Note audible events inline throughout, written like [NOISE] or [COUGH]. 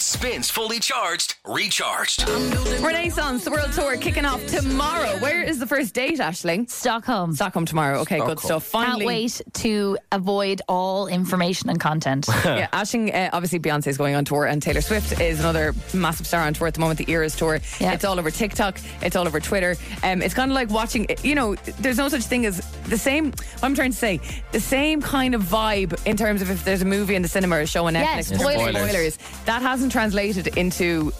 Spins fully charged, recharged. Renaissance, the world tour kicking off tomorrow. Where is the first date, Ashling? Stockholm. Stockholm tomorrow. Okay, good Stockholm. stuff. Finally, Can't wait to avoid all information and content. yeah, Ashing. Uh, obviously, Beyonce is going on tour, and Taylor Swift is another massive star on tour at the moment. The Eras tour. Yeah. It's all over TikTok. It's all over Twitter. Um, it's kind of like watching. You know, there's no such thing as the same. What I'm trying to say, the same kind of vibe in terms of if there's a movie in the cinema or a show on Yes, Netflix. spoilers. spoilers. That hasn't translated into.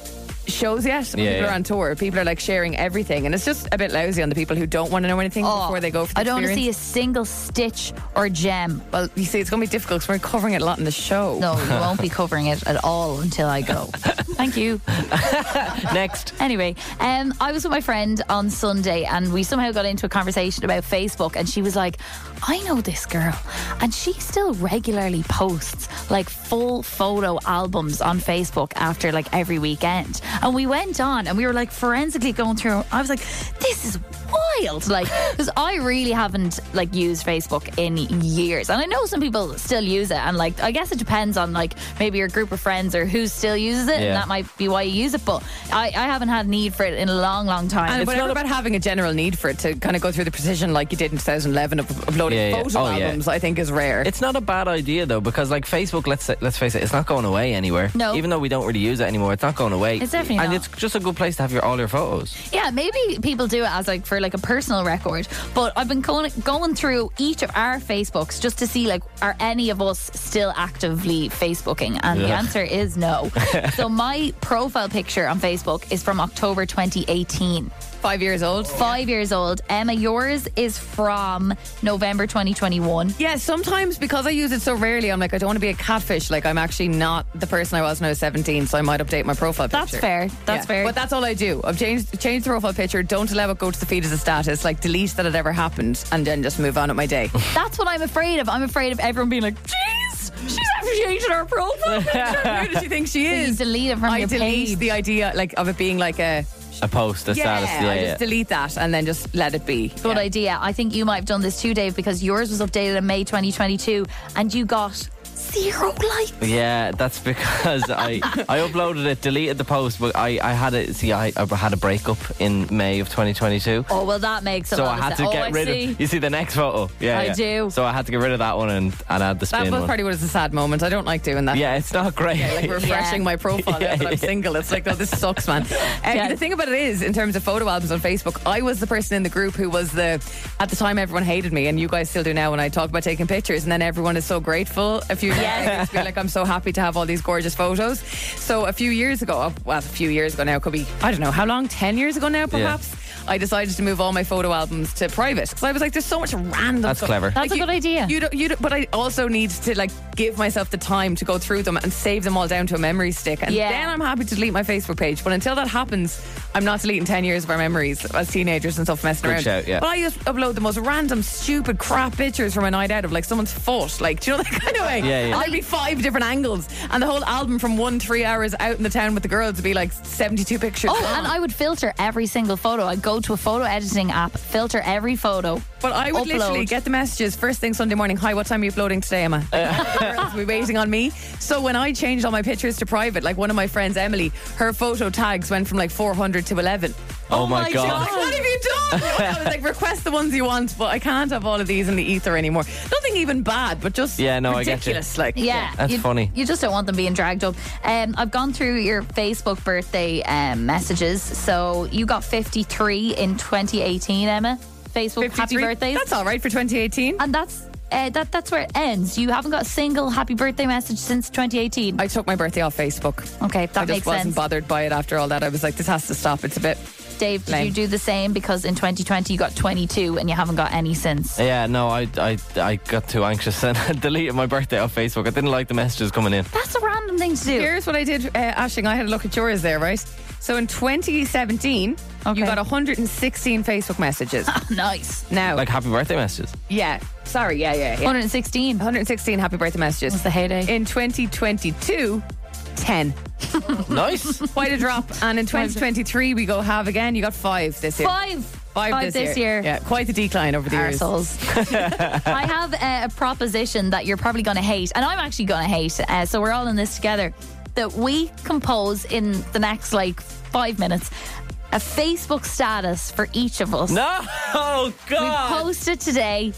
Shows yet? When Yeah, people yeah. are on tour. People are like sharing everything, and it's just a bit lousy on the people who don't want to know anything before they go. For the Oh, I don't want to experience. see a single stitch or gem. Well, you see, it's going to be difficult because we're covering it a lot in the show. No, you won't be covering it at all until I go. Thank you. [LAUGHS] Next. Anyway, um, I was with my friend on Sunday and we somehow got into a conversation about Facebook and she was like, I know this girl and she still regularly posts like full photo albums on Facebook after like every weekend. And we went on and we were like forensically going through. I was like, this is wild. Like, because I really haven't like used Facebook in years. And I know some people still use it. And like, I guess it depends on like maybe your group of friends or who still uses it. Yeah. And that might be why you use it. But I, I haven't had need for it in a long, long time. And whatever about having a general need for it to kind of go through the precision like you did in 2011 of uploading Yeah, yeah. photo Oh, yeah. albums, I think is rare. It's not a bad idea though, because like Facebook, let's say, let's face it, it's not going away anywhere. No. Even though we don't really use it anymore, it's not going away. It's definitely and not. it's just a good place to have your all your photos. yeah, maybe people do it as like for like a personal record. But I've been going, going through each of our Facebooks just to see like, are any of us still actively Facebooking? And the Ugh. answer is no. so my profile picture on Facebook is from October 2018. five years old. Five years old. Emma, yours is from November 2021. Yeah, sometimes because I use it so rarely, I'm like, I don't want to be a catfish. Like, I'm actually not the person I was when I was 17, so I might update my profile That's picture. fair. That's Yeah. fair. But that's all I do. I've changed changed the profile picture. Don't allow it go to the feed as a status. Like, delete that it ever happened, and then just move on with my [LAUGHS] day. That's what I'm afraid of. I'm afraid of everyone being like, jeez, she's actually changing her profile picture. Who does she think she you is? delete it from [LAUGHS] I your delete page. the idea like of it being like a A post, a yeah. status. Yeah, I yeah. just delete that and then just let it be. Good Yeah. idea. I think you might have done this too, Dave, because yours was updated in May 2022 and you got zero likes. Yeah, that's because [LAUGHS] I I uploaded it, deleted the post, but I I had it. See, I, I had a breakup in May of 2022. Oh, well, that makes a So lot I of had to sense. get oh, I rid see. of. You see the next photo? Yeah, I yeah. do. So I had to get rid of that one and, and add the spin That was one. probably was a sad moment. I don't like doing that. yeah, it's not great. Like [LAUGHS] refreshing Yeah. my profile now that I'm Yeah. single. It's like, no, this sucks, [LAUGHS] man. Um, Yeah. The thing about it is, in terms of photo albums on Facebook, I was the person in the group who was the, at the time, everyone hated me, and you guys still do now when I talk about taking pictures, and then everyone is so grateful. A few years ago, like, I'm so happy to have all these gorgeous photos. So a few years ago, uh, well, a few years ago now, it could be, I don't know, how long? 10 years ago now, perhaps? I decided to move all my photo albums to private because I was like, there's so much random That's stuff. clever. That's a you- good idea. You don't, you don't, but I also need to like give myself the time to go through them and save them all down to a memory stick, and Yeah. then I'm happy to delete my Facebook page. But until that happens, I'm not deleting ten years of our memories as teenagers and stuff messing Good around. shout, yeah. But I just upload the most random, stupid, crap pictures from a night out of like someone's foot, like do you know that kind of way? Yeah, And yeah. there'd be five different angles, and the whole album from one three hours out in the town with the girls would be like seventy-two pictures. Oh, long. and I would filter every single photo. I'd go to a photo editing app, filter every photo. But I would upload. literally get the messages first thing Sunday morning. Hi, what time are you uploading today, Emma? Uh. [LAUGHS] Girls be waiting on me. So when I changed all my pictures to private, like one of my friends, Emily, her photo tags went from like 400 to 11. Oh, my, my I god. was like, what have you done? I was [LAUGHS] like, request the ones you want, but I can't have all of these in the ether anymore. Nothing even bad, but just Yeah, no, I get you. ridiculous. Like, Yeah, That's you, funny. You just don't want them being dragged up. Um, I've gone through your Facebook birthday um, messages. So you got 53 in 2018, Emma. Facebook happy 53. birthdays. That's all right for 2018. and that's uh, that. That's where it ends. You haven't got a single happy birthday message since 2018. I took my birthday off Facebook. okay, that I just makes wasn't sense. bothered by it after all that. I was like, this has to stop. It's a bit. Dave, did Lame. you do the same? Because in 2020 you got 22 and you haven't got any since. Eh. Yeah, no, I, I I got too anxious and [LAUGHS] I deleted my birthday off Facebook. I didn't like the messages coming in. That's a random thing to do. Here's what I did, uh, Ashing. I had a look at yours there, right? So in 2017, Okay. you got 116 Facebook messages. [LAUGHS] [LAUGHS] nice. now, Like happy [LAUGHS] birthday messages. yeah, sorry, yeah, yeah, yeah. 116. 116 happy birthday messages. was the heyday. In 2022, 10. Nice. Quite a drop. [LAUGHS] And in 2023, we go have again. You got five this year. Five. Five, this year. Yeah, quite a decline over the years. [LAUGHS] Arseholes. I eh, eh, have uh, a proposition that you're probably going to hate, and I'm actually going to hate. Uh, so we're all in this together. that we compose in the next like five minutes a Facebook status for each of us. No, oh We God! post it today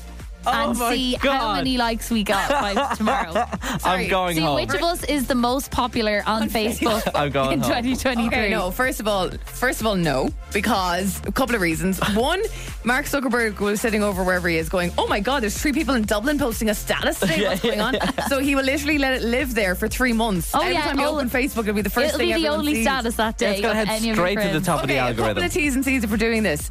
Oh and my see how God. many likes we got [LAUGHS] by tomorrow. I'm going see home. which of us is the most popular on Facebook I'm going in home. 2023. Okay, no. First of all, first of all, no, because a couple of reasons. Ah. One, Mark Zuckerberg was sitting over wherever he is, going, "Oh my God, there's three people in Dublin posting a [LAUGHS] status today. What's going on?" So he will literally let it live there for three months. Oh, Every yeah, time you oh, open Facebook, it'll be the first It'll thing. be the everyone only sees. status that day. It's going to of head any of your straight to the friends. top of the Okay, a couple algorithm. of T's and C's for doing this.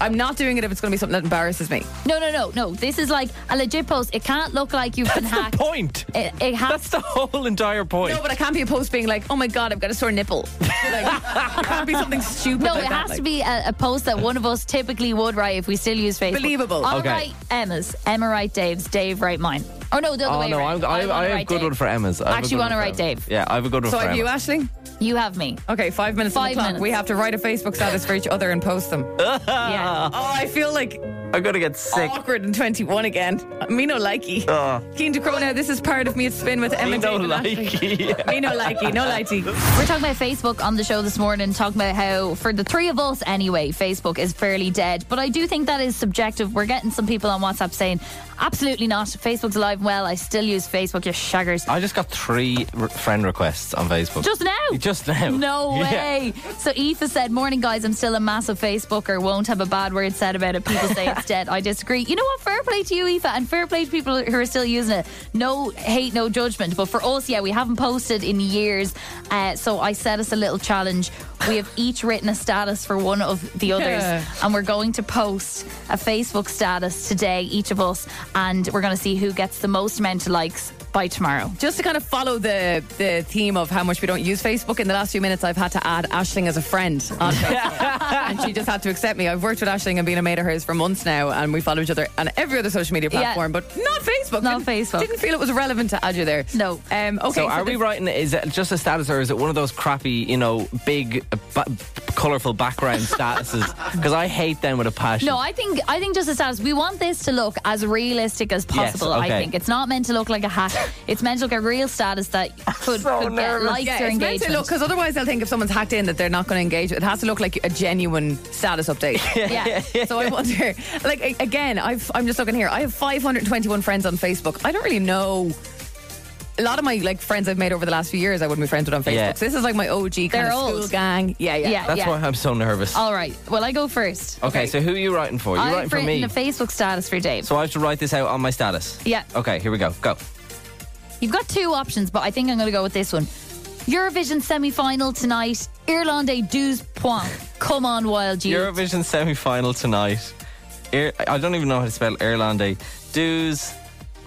I'm not doing it if it's going to be something that embarrasses me. No, no, no, no. This is like a legit post. It can't look like you've been That's hacked. the point. It, it has That's the whole entire point. No, but I can't be a post being like, "Oh my God, I've got a sore [LAUGHS] nipple." Like, it can't be something stupid. No, like it that, has like. to be a, a post that one of us typically would write if we still use Facebook. Believable. I'll Okay. write Emma's. Emma write Dave's. Dave write mine. Oh no, the other Oh way no! around. I'm, I, wanna I have write a good Dave. one for Emma's. I have a Actually good wanna one for write Emma's. Dave. Yeah, I have a good one So for have Emma. you, Ashley? You have me. Okay, five minutes. on Five the clock. minutes. We have to write a Facebook status for each other and post them. [LAUGHS] oh, Ah. yeah. I feel like I'm gonna Oh, get sick. awkward in 21 again. Me no likey. Keen to crow now. This is part of me. It's spin with Emma. Uh. Me no David Ashley. likey. Me no likey. No lighty. We're talking about Facebook on the show this morning, talking about how, for the three of us anyway, Facebook is fairly dead. But I do think that is subjective. We're getting some people on WhatsApp saying, absolutely not. Facebook's alive and well. I still use Facebook, you shaggers. [LAUGHS] I just got three r- friend requests on Facebook. Just now. Just now. No [LAUGHS] Yeah. way. So Aoife said, Morning, guys. I'm still a massive Facebooker. Won't have a bad word said about it. People say it's dead. I disagree. You know what? Fair play to you, Aoife, and fair play to people who are still using it. No hate, no judgment. But for us, yeah, we haven't posted in years. Uh, so I set us a little challenge. We have each written a status for one of the others, Yeah. and we're going to post a Facebook status today, each of us, and we're going to see who gets the most amount of likes by tomorrow. Just to kind of follow the the theme of how much we don't use Facebook, in the last few minutes I've had to add Ashling as a [LAUGHS] friend on Facebook. and she just had to accept me. I've worked with Ashling and been a mate of hers for months now, and we follow each other on every other social media Yeah. platform, but not Facebook. Not Didn't- Facebook. Didn't feel it was relevant to add you there. No. Um, okay. So are this- we writing? Is it just a status, or is it one of those crappy, you know, big, uh, ba- colourful background statuses? Because I hate them with a passion. No, I think I think just as status. We want this to look as realistic as possible. okay. I think it's not meant to look like a [LAUGHS] hack. it's meant to look a real status that could, so could get nervous. likes Yeah, or it's meant to engagement. look because otherwise they'll think if someone's hacked in that they're not going to engage. It has to look like a genuine status update. [LAUGHS] [LAUGHS] yeah. so I wonder, like a- again, I've, I'm just looking here. I have 521 friends on Facebook. I don't really know. A lot of my like friends I've made over the last few years, I wouldn't be friends with on Facebook. Yeah. So this is like my OG kind They're of school old. gang. Yeah, yeah. Yeah. That's why I'm so nervous. All right. Well, I go first. okay, so who are you writing for? Oh, You're I've writing for written me. a Facebook status for Dave. so I have to write this out on my status. Yeah. Okay, here we go. Go. You've got two options, but I think I'm going to go with this one. Eurovision semi-final tonight. Irlande douze points. Come on, wild you. Eurovision semi-final tonight. Ir- I don't even know how to spell Irlande. Dues.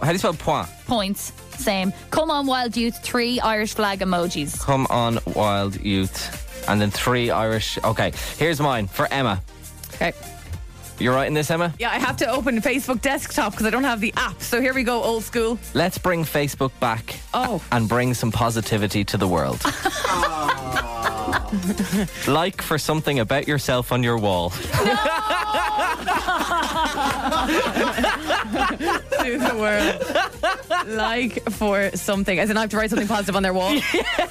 How do you spell point? points. Same. Come on, wild youth. Three Irish flag emojis. Come on, wild youth. And then three Irish. Okay, here's mine for Emma. Okay. You're writing this, Emma? Yeah, I have to open Facebook desktop because I don't have the app. So here we go, old school. Let's bring Facebook back Oh. and bring some positivity to the world. [LAUGHS] like for something about yourself on your wall. [LAUGHS] to the world. [LAUGHS] like for something. As in, I have to write something positive on their wall.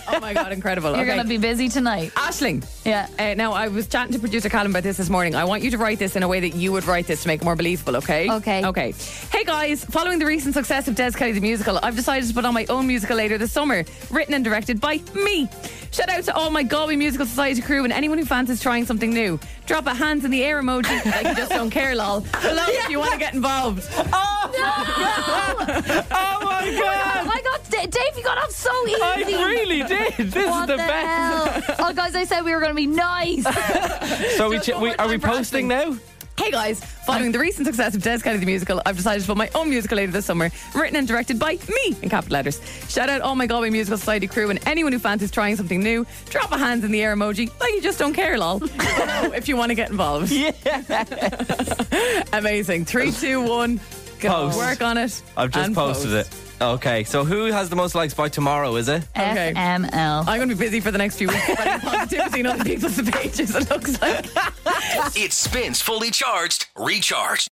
Oh my God, incredible. You're okay. going to be busy [LAUGHS] tonight. Ashling. Yeah. Uh, now, I was chatting to producer Callum about this this morning. I want you to write this in a way that you would write this to make it more believable, okay? Okay. Okay. Hey guys, following the recent success of Des Kelly the musical, I've decided to put on my own musical later this summer, written and directed by me. Shout out to all my Galway Musical Society crew and anyone who fancies trying something new. Drop a hands in the air emoji like you just don't care, lol. Hello if you want to get involved. [LAUGHS] Oh my god! Oh my God, Da- Dave, you got off so easy. I really did. This is What the the best. hell? Oh, guys, I said we were going to be [LAUGHS] nice. So we, Just ch- one we more are we time for posting Ashling. now? Hey guys, following the recent success of Des Kelly the musical, I've decided to put my own musical later this summer, written and directed by me in capital letters. Shout out all my Galway Musical Society crew and anyone who fancies trying something new. Drop a hands in the air emoji like you just don't care, [LAUGHS] lol. Hello if you want to get involved. Yeah. [LAUGHS] Amazing. Three, two, one. Go Post. work on it. I've just and posted post. it. Okay, so who has the most likes by tomorrow? Is it? Okay. FML. I'm going to be busy for the next few weeks spreading positivity [LAUGHS] in other people's pages, it looks like. It spins fully charged, recharged.